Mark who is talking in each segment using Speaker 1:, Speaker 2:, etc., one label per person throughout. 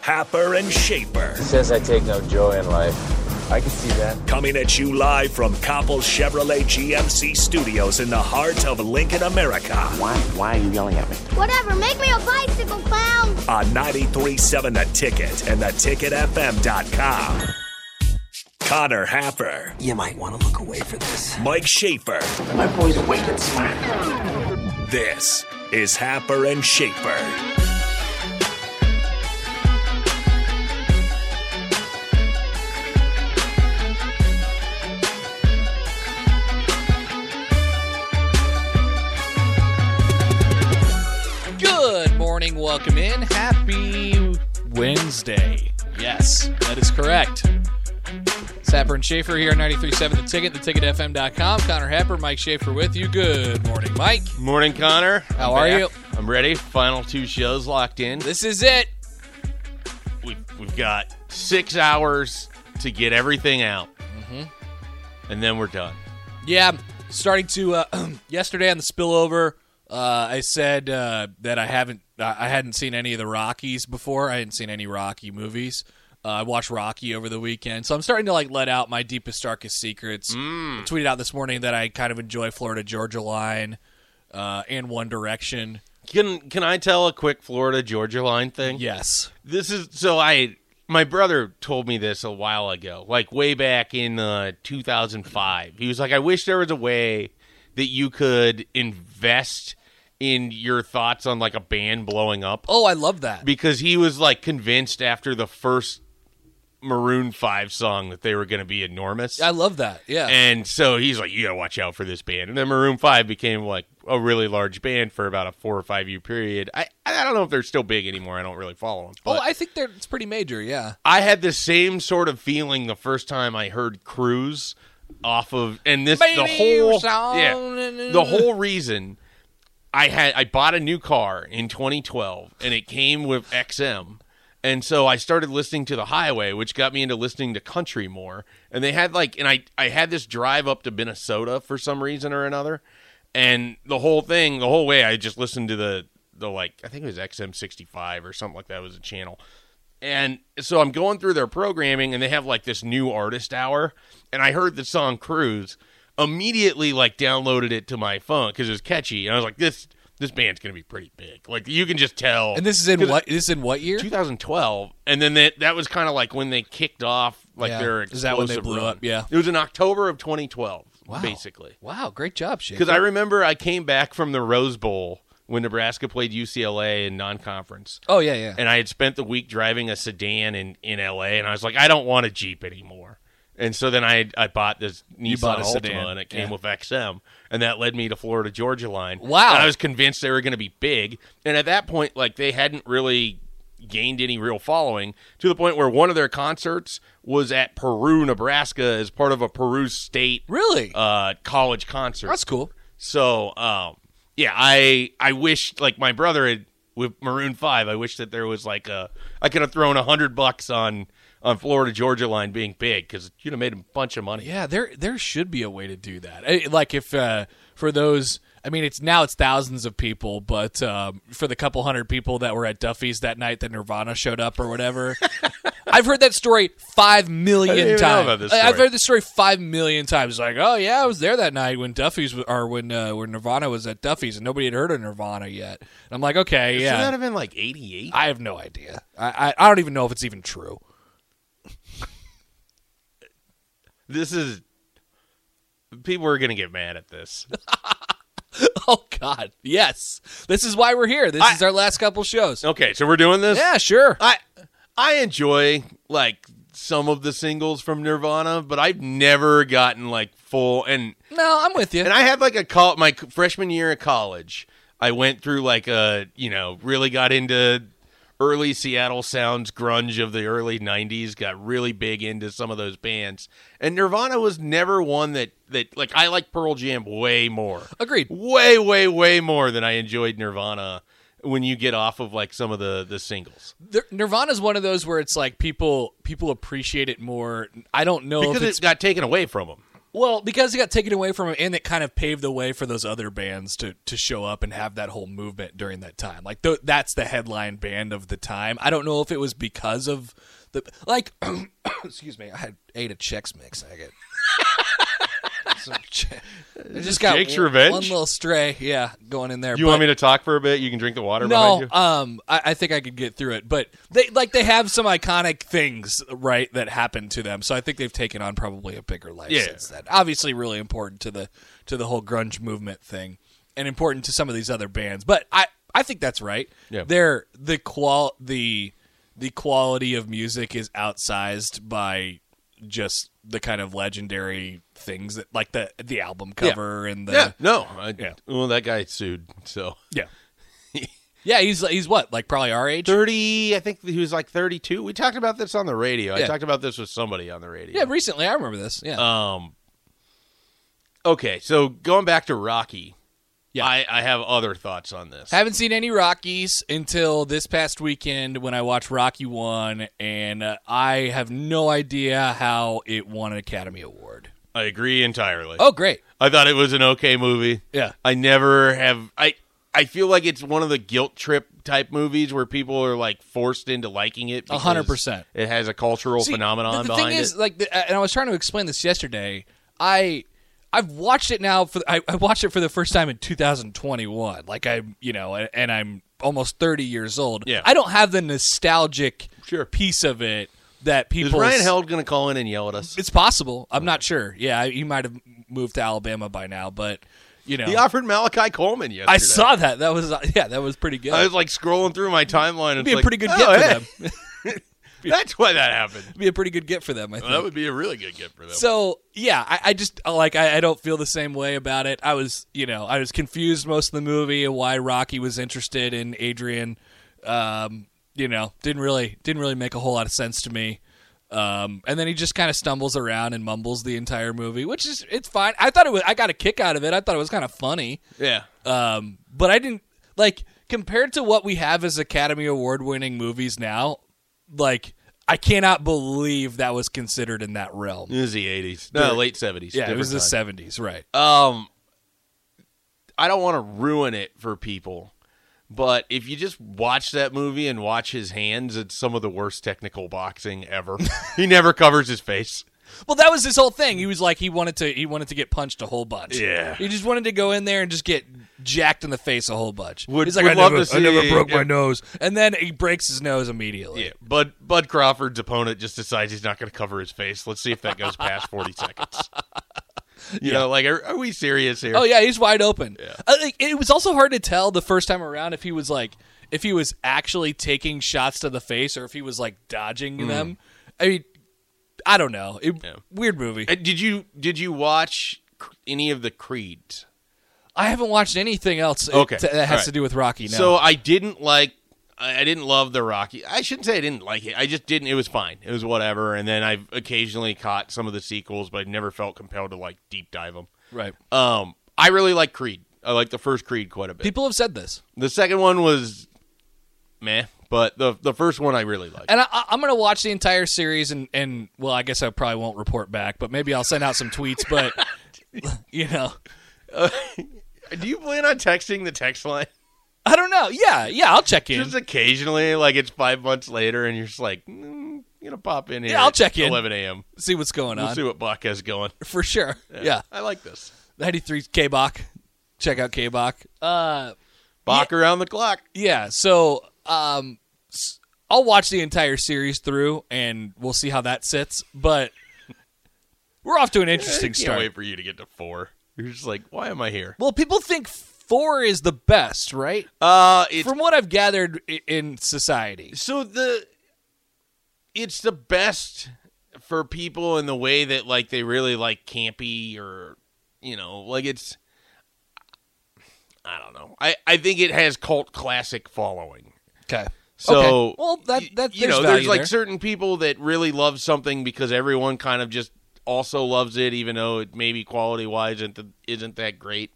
Speaker 1: Happer and Shaper.
Speaker 2: Says I take no joy in life. I can see that.
Speaker 1: Coming at you live from Copple Chevrolet GMC Studios in the heart of Lincoln, America.
Speaker 3: Why? Why are you yelling at me?
Speaker 4: Whatever, make me a bicycle clown.
Speaker 1: On 93.7 The Ticket and theticketfm.com. Connor Happer.
Speaker 5: You might want to look away for this.
Speaker 1: Mike Schaefer.
Speaker 3: My boy's awake and smart.
Speaker 1: This is Happer and Schaefer.
Speaker 6: Good morning, welcome in. Happy Wednesday. Yes, that is correct. Sapper and Schaefer here, 93.7 The Ticket, theticketfm.com. Connor Happer, Mike Schaefer with you. Good morning, Mike.
Speaker 7: Morning, Connor.
Speaker 6: How I'm are back. you?
Speaker 7: I'm ready. Final two shows locked in.
Speaker 6: This is it.
Speaker 7: We've, we've got six hours to get everything out, mm-hmm. and then we're done.
Speaker 6: Yeah, starting to, uh, yesterday on the spillover, uh, I said uh, that I haven't, I hadn't seen any of the Rockies before. I hadn't seen any Rocky movies. Uh, I watched Rocky over the weekend, so I'm starting to like let out my deepest, darkest secrets.
Speaker 7: Mm.
Speaker 6: tweeted out this morning that I kind of enjoy Florida Georgia Line uh, and One Direction.
Speaker 7: Can Can I tell a quick Florida Georgia Line thing?
Speaker 6: Yes.
Speaker 7: This is so I. My brother told me this a while ago, like way back in uh, 2005. He was like, "I wish there was a way that you could invest." in your thoughts on like a band blowing up.
Speaker 6: Oh, I love that.
Speaker 7: Because he was like convinced after the first Maroon 5 song that they were going to be enormous.
Speaker 6: I love that. Yeah.
Speaker 7: And so he's like, you got to watch out for this band. And then Maroon 5 became like a really large band for about a four or five year period. I, I don't know if they're still big anymore. I don't really follow them.
Speaker 6: oh, I think they're, it's pretty major. Yeah.
Speaker 7: I had the same sort of feeling the first time I heard Cruise off of, and this,
Speaker 6: Baby,
Speaker 7: the whole,
Speaker 6: song.
Speaker 7: yeah, the whole reason. I had I bought a new car in 2012 and it came with XM. And so I started listening to the highway, which got me into listening to country more. And they had like and I I had this drive up to Minnesota for some reason or another. And the whole thing, the whole way I just listened to the the like I think it was XM 65 or something like that was a channel. And so I'm going through their programming and they have like this new artist hour and I heard the song Cruise immediately like downloaded it to my phone because it was catchy, and I was like, this this band's gonna be pretty big. Like you can just tell.
Speaker 6: And this is in what this is in what year?
Speaker 7: 2012. And then that that was kind of like when they kicked off like
Speaker 6: Yeah.
Speaker 7: their
Speaker 6: Is that when they
Speaker 7: explosive
Speaker 6: blew
Speaker 7: run.
Speaker 6: up? Yeah.
Speaker 7: it was in October of 2012.
Speaker 6: Wow.
Speaker 7: basically.
Speaker 6: Wow, great job, Shane.
Speaker 7: Because I remember I came back from the Rose Bowl when Nebraska played UCLA in non-conference.
Speaker 6: oh yeah, yeah.
Speaker 7: And I had spent the week driving a sedan in, in LA, and I was like, I don't want a Jeep anymore. And so then I I bought this Nissan
Speaker 6: bought a
Speaker 7: Altima,
Speaker 6: sedan,
Speaker 7: and it came
Speaker 6: yeah.
Speaker 7: with XM, and that led me to Florida Georgia Line.
Speaker 6: Wow.
Speaker 7: And I was convinced they were going to be big, and at that point, like they hadn't really gained any real following to the point where one of their concerts was at Peru, Nebraska, as part of a Peru State
Speaker 6: really?
Speaker 7: uh, college concert.
Speaker 6: That's cool.
Speaker 7: So, um, yeah, I I wish like my brother had with Maroon Five. I wish that there was like a I could have thrown a hundred bucks on on Florida Georgia Line being big because you'd have made a bunch of money.
Speaker 6: Yeah, there there should be a way to do that. Eh, Like if uh, for those, I mean, it's now it's thousands of people, but um, for the couple hundred people that were at Duffy's that night that Nirvana showed up or whatever, I've heard that story five
Speaker 7: I didn't
Speaker 6: million
Speaker 7: even know
Speaker 6: times.
Speaker 7: about this
Speaker 6: I- I've
Speaker 7: story.
Speaker 6: heard this story five million times. Like, oh yeah, I was there that night when Duffy's w- or when uh, when Nirvana was at Duffy's and nobody had heard of Nirvana yet. And I'm like, okay,
Speaker 7: Should that
Speaker 6: yeah,
Speaker 7: have been like eighty eight?
Speaker 6: I have no idea. I, I I don't even know if it's even true.
Speaker 7: This is people are gonna get mad at this.
Speaker 6: Oh God, yes, this is why we're here. This
Speaker 7: I-
Speaker 6: is our last couple shows.
Speaker 7: Okay, so we're doing this.
Speaker 6: Yeah, sure.
Speaker 7: I I enjoy like some of the singles from Nirvana, but I've never gotten like full and
Speaker 6: No, I'm with you.
Speaker 7: And I had like a call my c- freshman year at college. I went through like a you know really got into early Seattle sounds grunge of the early '90s. Got really big into some of those bands, and Nirvana was never one that that like I like Pearl Jam way more,
Speaker 6: Agreed.
Speaker 7: way way way more than I enjoyed Nirvana. When you get off of like some of the the singles,
Speaker 6: There- Nirvana's one of those where it's like people people appreciate it more. I don't know
Speaker 7: because
Speaker 6: if it's
Speaker 7: it got taken away from them.
Speaker 6: Well, because it got taken away from him, and it kind of paved the way for those other bands to to show up and have that whole movement during that time. Like th- that's the headline band of the time. I don't know if it was because of the like. excuse me, I had ate a Chex mix. I got some. Che- I just got
Speaker 7: Jake's
Speaker 6: one,
Speaker 7: revenge?
Speaker 6: One little stray, yeah, going in there.
Speaker 7: You want me to talk for a bit? You can drink the water
Speaker 6: No,
Speaker 7: behind you.
Speaker 6: um, I, I think I could get through it, but they like they have some iconic things right that happened to them, so I think they've taken on probably a bigger life
Speaker 7: Yeah.
Speaker 6: since then. Obviously, really important to the to the whole grunge movement thing, and important to some of these other bands. But I I think that's right.
Speaker 7: Yeah.
Speaker 6: they're the qual the the quality of music is outsized by just the kind of legendary things that like the the album cover and the
Speaker 7: yeah, no. I,
Speaker 6: Yeah.
Speaker 7: Well, that guy sued. So
Speaker 6: yeah. Yeah, he's he's what like probably our age.
Speaker 7: thirty, I think he was like thirty-two. We talked about this on the radio.
Speaker 6: Yeah.
Speaker 7: I talked about this with somebody on the radio.
Speaker 6: Yeah, recently I remember this. Yeah,
Speaker 7: Um. Okay, so going back to Rocky,
Speaker 6: Yeah.
Speaker 7: I, I have other thoughts on this.
Speaker 6: haven't seen any Rockies until this past weekend when I watched Rocky One, and uh, I have no idea how it won an Academy Award.
Speaker 7: I agree entirely.
Speaker 6: Oh, great!
Speaker 7: I thought it was an okay movie.
Speaker 6: Yeah.
Speaker 7: I never have. I I feel like it's one of the guilt trip type movies where people are like forced into liking it.
Speaker 6: A hundred
Speaker 7: because
Speaker 6: percent.
Speaker 7: It has a cultural
Speaker 6: See,
Speaker 7: phenomenon
Speaker 6: the, the
Speaker 7: behind
Speaker 6: thing is,
Speaker 7: it.
Speaker 6: like, the, and I was trying to explain this yesterday. I I've watched it now for I, I watched it for the first time in 2021. Like I, you know, and, and I'm almost 30 years old.
Speaker 7: Yeah.
Speaker 6: I don't have the nostalgic
Speaker 7: Sure.
Speaker 6: piece of it that
Speaker 7: Is
Speaker 6: people
Speaker 7: Ryan
Speaker 6: s-
Speaker 7: Held going to call in and yell at us?
Speaker 6: It's possible. I'm not sure. Yeah, I- he might have moved to Alabama by now, but you know,
Speaker 7: He offered Malachi Coleman yesterday.
Speaker 6: I saw that. That was uh, yeah, that was pretty good.
Speaker 7: I was like scrolling through my timeline.
Speaker 6: It'd
Speaker 7: and
Speaker 6: be
Speaker 7: it's
Speaker 6: a
Speaker 7: like,
Speaker 6: pretty good
Speaker 7: oh,
Speaker 6: get
Speaker 7: hey,
Speaker 6: for them.
Speaker 7: That's why that happened.
Speaker 6: It'd be a pretty good get for them. I think.
Speaker 7: That would be a really good get for them.
Speaker 6: so yeah, I, I just uh, like I, I don't feel the same way about it. I was you know I was confused most of the movie and why Rocky was interested in Adrian. Um, you know, didn't really didn't really make a whole lot of sense to me. Um, and then he just kind of stumbles around and mumbles the entire movie, which is it's fine. I thought it was I got a kick out of it. I thought it was kind of funny.
Speaker 7: yeah.
Speaker 6: Um, but I didn't like compared to what we have as Academy Award winning movies now. Like I cannot believe that was considered in that realm.
Speaker 7: It was the eighties. No, late seventies.
Speaker 6: Yeah, it was the seventies, right?
Speaker 7: Um I don't want to ruin it for people, but if you just watch that movie and watch his hands, it's some of the worst technical boxing ever. he never covers his face.
Speaker 6: well, that was his whole thing. He was like he wanted to he wanted to get punched a whole bunch.
Speaker 7: Yeah.
Speaker 6: he just wanted to go in there and just get jacked in the face a whole bunch.
Speaker 7: Would-
Speaker 6: He's like,
Speaker 7: would
Speaker 6: I,
Speaker 7: love
Speaker 6: never,
Speaker 7: to
Speaker 6: I never
Speaker 7: see-
Speaker 6: broke my
Speaker 7: yeah.
Speaker 6: nose, and then he breaks his nose immediately.
Speaker 7: Yeah. Bud Bud Crawford's opponent just decides he's not going to cover his face. Let's see if that goes past 40 seconds. You know, like are, are we serious here?
Speaker 6: Oh yeah, he's wide open.
Speaker 7: Yeah.
Speaker 6: Uh, like, it was also hard to tell the first time around if he was like if he was actually taking shots to the face or if he was like dodging them. I mean, I don't know. It,
Speaker 7: Hmm. Yeah.
Speaker 6: Weird movie.
Speaker 7: Uh, Did you did you watch cr- any of the Creeds?
Speaker 6: I haven't watched anything else. uh,
Speaker 7: Okay.
Speaker 6: t- that has
Speaker 7: All right.
Speaker 6: to do with Rocky. Now.
Speaker 7: So uh, I didn't like. I I didn't love the Rocky. I shouldn't say I didn't like it. I just didn't. It was fine. It was whatever. And then I've occasionally caught some of the sequels, but I never felt compelled to like deep dive them.
Speaker 6: right,
Speaker 7: Um, I really like Creed. I like the first Creed quite a bit.
Speaker 6: people have said this,
Speaker 7: the second one was meh, but the the first one I really liked.
Speaker 6: and I, I, I'm gonna watch the entire series. And and well, I guess I probably won't report back, but maybe I'll send out some tweets. But you know.
Speaker 7: Do you plan on texting the text line
Speaker 6: I don't know. Yeah, yeah, I'll check in.
Speaker 7: just occasionally? Like it's five months later, and you're just like, mm, you know, pop in here.
Speaker 6: Yeah, I'll
Speaker 7: at
Speaker 6: check in.
Speaker 7: 11 a.m.
Speaker 6: see what's going
Speaker 7: We'll
Speaker 6: on
Speaker 7: see what Buck has going.
Speaker 6: for sure. yeah.
Speaker 7: I like this.
Speaker 6: 93 K Bach. Check out K Bach. Uh,
Speaker 7: Bach around the clock.
Speaker 6: yeah. So, um, s- I'll watch the entire series through, and we'll see how that sits. But we're off to an
Speaker 7: I
Speaker 6: interesting
Speaker 7: can't
Speaker 6: start.
Speaker 7: wait for you to get to four. You're just like, why am I here?
Speaker 6: Well, people think four is the best, right?
Speaker 7: Uh, it's
Speaker 6: From what I've gathered i- in society.
Speaker 7: so the it's the best for people in the way that like they really like campy or you know like it's I don't know. I I think it has cult classic following.
Speaker 6: Okay.
Speaker 7: So
Speaker 6: okay. well, that
Speaker 7: y-
Speaker 6: that
Speaker 7: you
Speaker 6: there's
Speaker 7: know,
Speaker 6: value
Speaker 7: there's like
Speaker 6: there.
Speaker 7: certain people that really love something because everyone kind of just also loves it, even though it maybe quality wise isn't th- isn't that great.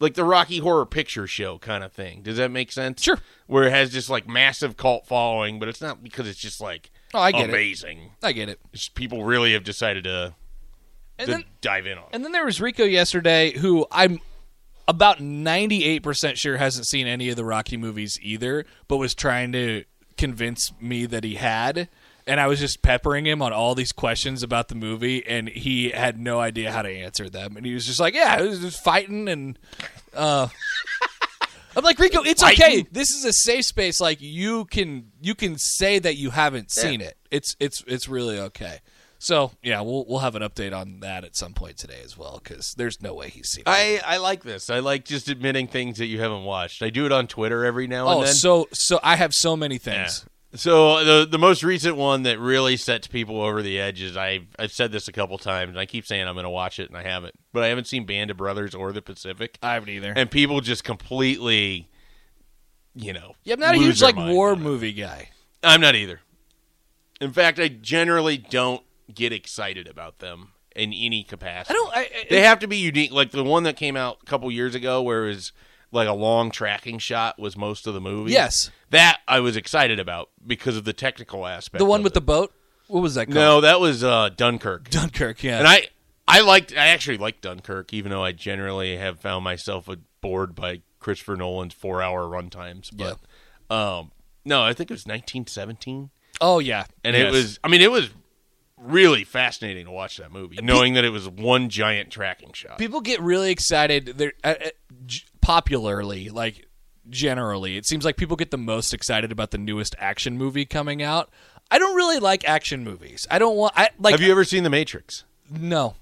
Speaker 7: Like the Rocky Horror Picture Show kind of thing. Does that make sense?
Speaker 6: Sure.
Speaker 7: Where it has just like massive cult following, but it's not because it's just like
Speaker 6: Oh, I get it.
Speaker 7: amazing.
Speaker 6: I get it.
Speaker 7: It's just people really have decided to
Speaker 6: And
Speaker 7: to
Speaker 6: then-
Speaker 7: dive in on.
Speaker 6: And then there was Rico yesterday, who I'm about 98% sure hasn't seen any of the Rocky movies either, but was trying to convince me that he had. And I was just peppering him on all these questions about the movie, and he had no idea how to answer them. And he was just like, Yeah, it was just fighting. And uh, I'm like, Rico, it's okay. This is a safe space. Like, you can you can say that you haven't seen it. It's it's it's really okay. So yeah, we'll we'll have an update on that at some point today as well because there's no way he's seen. it.
Speaker 7: I, I like this. I like just admitting things that you haven't watched. I do it on Twitter every now and
Speaker 6: oh,
Speaker 7: then.
Speaker 6: so so I have so many
Speaker 7: Yeah.
Speaker 6: things.
Speaker 7: So the the most recent one that really sets people over the edge is I've I've said this a couple times and I keep saying I'm going to watch it and I haven't, but I haven't seen Band of Brothers or The Pacific,
Speaker 6: I haven't either.
Speaker 7: and people just completely, you know,
Speaker 6: yeah, I'm not a
Speaker 7: lose
Speaker 6: huge
Speaker 7: their
Speaker 6: like
Speaker 7: mind
Speaker 6: war
Speaker 7: on it.
Speaker 6: movie guy.
Speaker 7: I'm not either. In fact, I generally don't get excited about them in any capacity.
Speaker 6: I don't. I,
Speaker 7: They have to be unique. Like the one that came out a couple years ago, where it was like a long tracking shot was most of the movie.
Speaker 6: Yes.
Speaker 7: that I was excited about because of the technical aspect.
Speaker 6: the one
Speaker 7: of
Speaker 6: with
Speaker 7: it.
Speaker 6: the boat. What was that called?
Speaker 7: no, that was uh, Dunkirk,
Speaker 6: Dunkirk. Yeah,
Speaker 7: and I I liked I actually liked Dunkirk, even though I generally have found myself uh, bored by Christopher Nolan's four hour runtimes. But um, no, I think it was 1917,
Speaker 6: oh yeah,
Speaker 7: and it
Speaker 6: Yes.
Speaker 7: was I mean it was really fascinating to watch that movie, knowing that it was one giant tracking shot.
Speaker 6: people get really excited. They're uh, uh, g- popularly like generally. It seems like people get the most excited about the newest action movie coming out. I don't really like action movies. I don't want. I like.
Speaker 7: Have you ever seen The Matrix?
Speaker 6: No.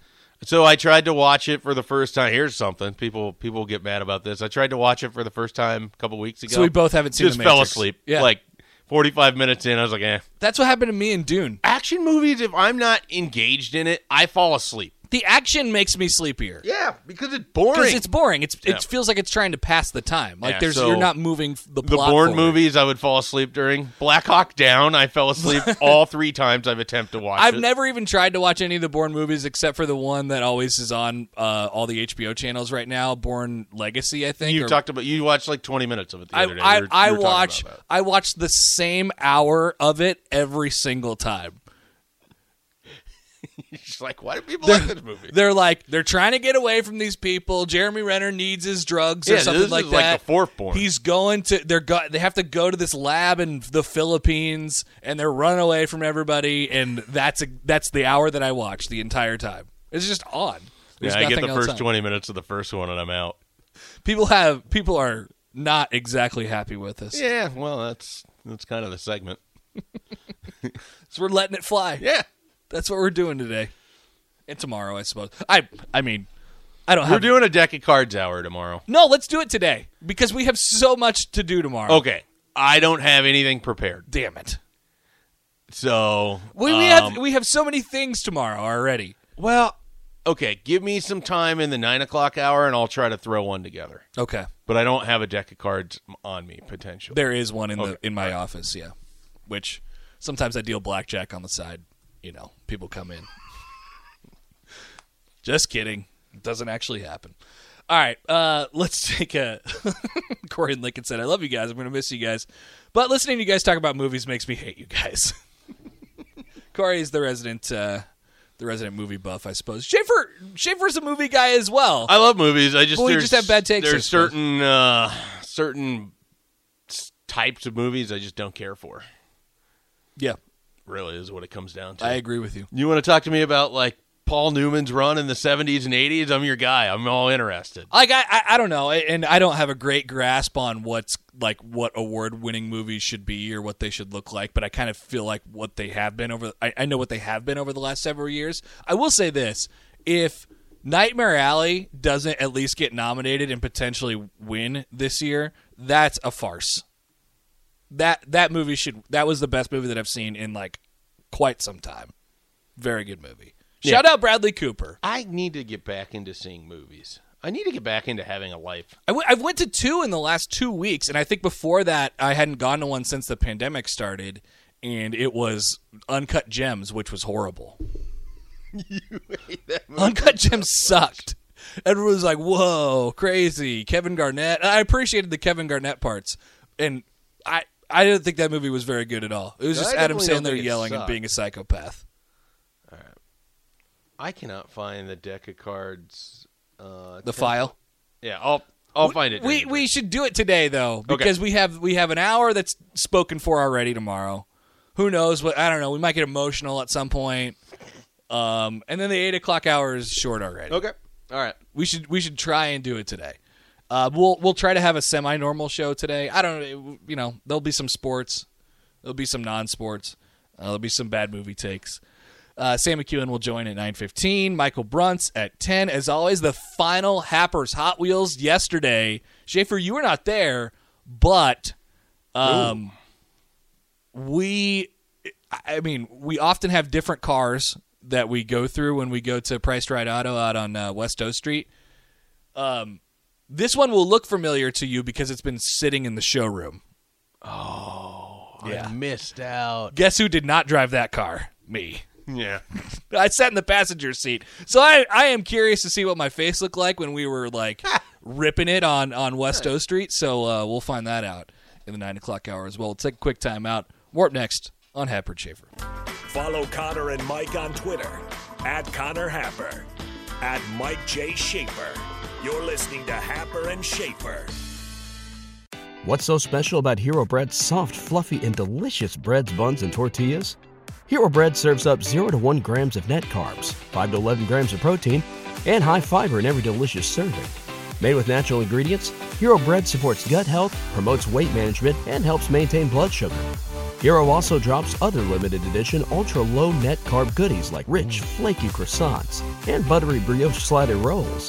Speaker 7: So I tried to watch it for the first time. Here's something people people get mad about this. I tried to watch it for the first time a couple weeks ago.
Speaker 6: So we both haven't seen
Speaker 7: just
Speaker 6: The
Speaker 7: fell
Speaker 6: Matrix.
Speaker 7: asleep.
Speaker 6: Yeah.
Speaker 7: like 45 minutes in, I was like, eh.
Speaker 6: That's what happened to me in Dune.
Speaker 7: Action movies, if I'm not engaged in it, I fall asleep.
Speaker 6: The action makes me sleepier.
Speaker 7: Yeah, because it's boring.
Speaker 6: Because it's boring. It's
Speaker 7: Yeah.
Speaker 6: it feels like it's trying to pass the time. Like
Speaker 7: Yeah,
Speaker 6: there's
Speaker 7: so
Speaker 6: you're not moving f- the
Speaker 7: the
Speaker 6: plot
Speaker 7: Bourne
Speaker 6: forward.
Speaker 7: movies, I would fall asleep during Black Hawk Down. I fell asleep all three times I've attempted to watch.
Speaker 6: I've
Speaker 7: it.
Speaker 6: never even tried to watch any of the Bourne movies except for the one that always is on uh, all the HBO channels right now, Bourne Legacy, I think.
Speaker 7: You
Speaker 6: or-
Speaker 7: talked about you watched like 20 minutes of it the
Speaker 6: I
Speaker 7: other day.
Speaker 6: I,
Speaker 7: We were-
Speaker 6: I
Speaker 7: we were talking
Speaker 6: watch
Speaker 7: about that.
Speaker 6: I watch the same hour of it every single time.
Speaker 7: She's like, why do people
Speaker 6: They're-
Speaker 7: like this movie?
Speaker 6: They're like they're trying to get away from these people. Jeremy Renner needs his drugs or
Speaker 7: Yeah,
Speaker 6: something
Speaker 7: this
Speaker 6: like
Speaker 7: is
Speaker 6: that.
Speaker 7: like the fourth Bourne.
Speaker 6: He's going to they're go, they have to go to this lab in the Philippines and they're running away from everybody and that's a, that's the hour that I watch the entire time. It's just on. There's
Speaker 7: Yeah, I get
Speaker 6: nothing
Speaker 7: the
Speaker 6: else
Speaker 7: first
Speaker 6: on.
Speaker 7: 20 minutes of the first one and I'm out.
Speaker 6: People have people are not exactly happy with us.
Speaker 7: Yeah, well, that's that's kind of the segment.
Speaker 6: So we're letting it fly.
Speaker 7: Yeah,
Speaker 6: That's what we're doing today. And tomorrow, I suppose. I I mean, I don't
Speaker 7: we're
Speaker 6: have
Speaker 7: doing a deck of cards hour tomorrow.
Speaker 6: No, let's do it today because we have so much to do tomorrow.
Speaker 7: Okay, I don't have anything prepared,
Speaker 6: damn it.
Speaker 7: so
Speaker 6: We, we
Speaker 7: um,
Speaker 6: have we have so many things tomorrow already.
Speaker 7: well, okay. Give me some time in the nine o'clock hour, and I'll try to throw one together.
Speaker 6: Okay.
Speaker 7: But I don't have a deck of cards on me potentially.
Speaker 6: There is one in
Speaker 7: Okay.
Speaker 6: the in my office, yeah. Which sometimes I deal blackjack on the side, you know, people come in. Just kidding. It doesn't actually happen. All right, uh, let's take a. Corey and Lincoln said, "I love you guys. I'm going to miss you guys, but listening to you guys talk about movies makes me hate you guys." Corey is the resident, uh, the resident movie buff, I suppose. Schaefer, Schaefer's a movie guy as well.
Speaker 7: I love movies. I just
Speaker 6: Well, you
Speaker 7: there's-
Speaker 6: just have bad takes, I
Speaker 7: There's
Speaker 6: suppose.
Speaker 7: certain uh, certain s- types of movies I just don't care for.
Speaker 6: yeah,
Speaker 7: Really, is what it comes down to.
Speaker 6: I agree with you.
Speaker 7: You want to talk to me about like Paul Newman's run in the 70s and 80s? I'm your guy. I'm all interested.
Speaker 6: like I, I I don't know, I- and I don't have a great grasp on what's like what award winning movies should be or what they should look like, but I kind of feel like what they have been over. I, I know what they have been over the last several years. I will say this: if Nightmare Alley doesn't at least get nominated and potentially win this year, that's a farce. That that movie should that was the best movie that I've seen in like quite some time. Very good movie. Shout out Bradley Cooper.
Speaker 7: I need to get back into seeing movies. I need to get back into having a life.
Speaker 6: I w- I've went to two in the last two weeks, and I think before that I hadn't gone to one since the pandemic started, and it was Uncut Gems, which was horrible. Uncut Gems sucked. Everyone was like, "Whoa, crazy!" Kevin Garnett. And I appreciated the Kevin Garnett parts, and I I didn't think that movie was very good at all. It was
Speaker 7: No,
Speaker 6: just
Speaker 7: I
Speaker 6: Adam
Speaker 7: definitely don't
Speaker 6: Sandler
Speaker 7: think it
Speaker 6: yelling and
Speaker 7: sucked.
Speaker 6: being a psychopath.
Speaker 7: I cannot find the deck of cards. Uh,
Speaker 6: The file.
Speaker 7: yeah, I'll I'll find it. during
Speaker 6: We
Speaker 7: the
Speaker 6: we
Speaker 7: break.
Speaker 6: should do it today though because we have we have an hour that's spoken for already tomorrow. Who knows what I don't know. We might get emotional at some point. Um, and then the eight o'clock hour is short already.
Speaker 7: okay. All right.
Speaker 6: We should we should try and do it today. Uh, we'll we'll try to have a semi normal show today. I don't know. You know, there'll be some sports, there'll be some non sports, uh, there'll be some bad movie takes. Uh, Sam McEwen will join at nine fifteen. Michael Brunts at ten. As always, the final Happers Hot Wheels yesterday. Schaefer, you were not there, but um, we I mean, we often have different cars that we go through when we go to Price Ride Auto out on uh, West O Street. Um, this one will look familiar to you because it's been sitting in the showroom. Yeah.
Speaker 7: I missed out.
Speaker 6: Guess who did not drive that car? Me.
Speaker 7: Yeah.
Speaker 6: I sat in the passenger seat. So I, I am curious to see what my face looked like when we were like ripping it on, on West O Street. So uh, we'll find that out in the nine o'clock hour as well. We'll take a quick time out. Warp next on Happer Schaefer.
Speaker 1: Follow Connor and Mike on Twitter at Connor Happer, at Mike J. Schaefer. You're listening to Happer and Schaefer.
Speaker 8: What's so special about Hero Bread's soft, fluffy, and delicious breads, buns, and tortillas? Hero Bread serves up 0 to 1 grams of net carbs, 5 to 11 grams of protein, and high fiber in every delicious serving. Made with natural ingredients, Hero Bread supports gut health, promotes weight management, and helps maintain blood sugar. Hero also drops other limited edition ultra low net carb goodies like rich, flaky croissants and buttery brioche slider rolls.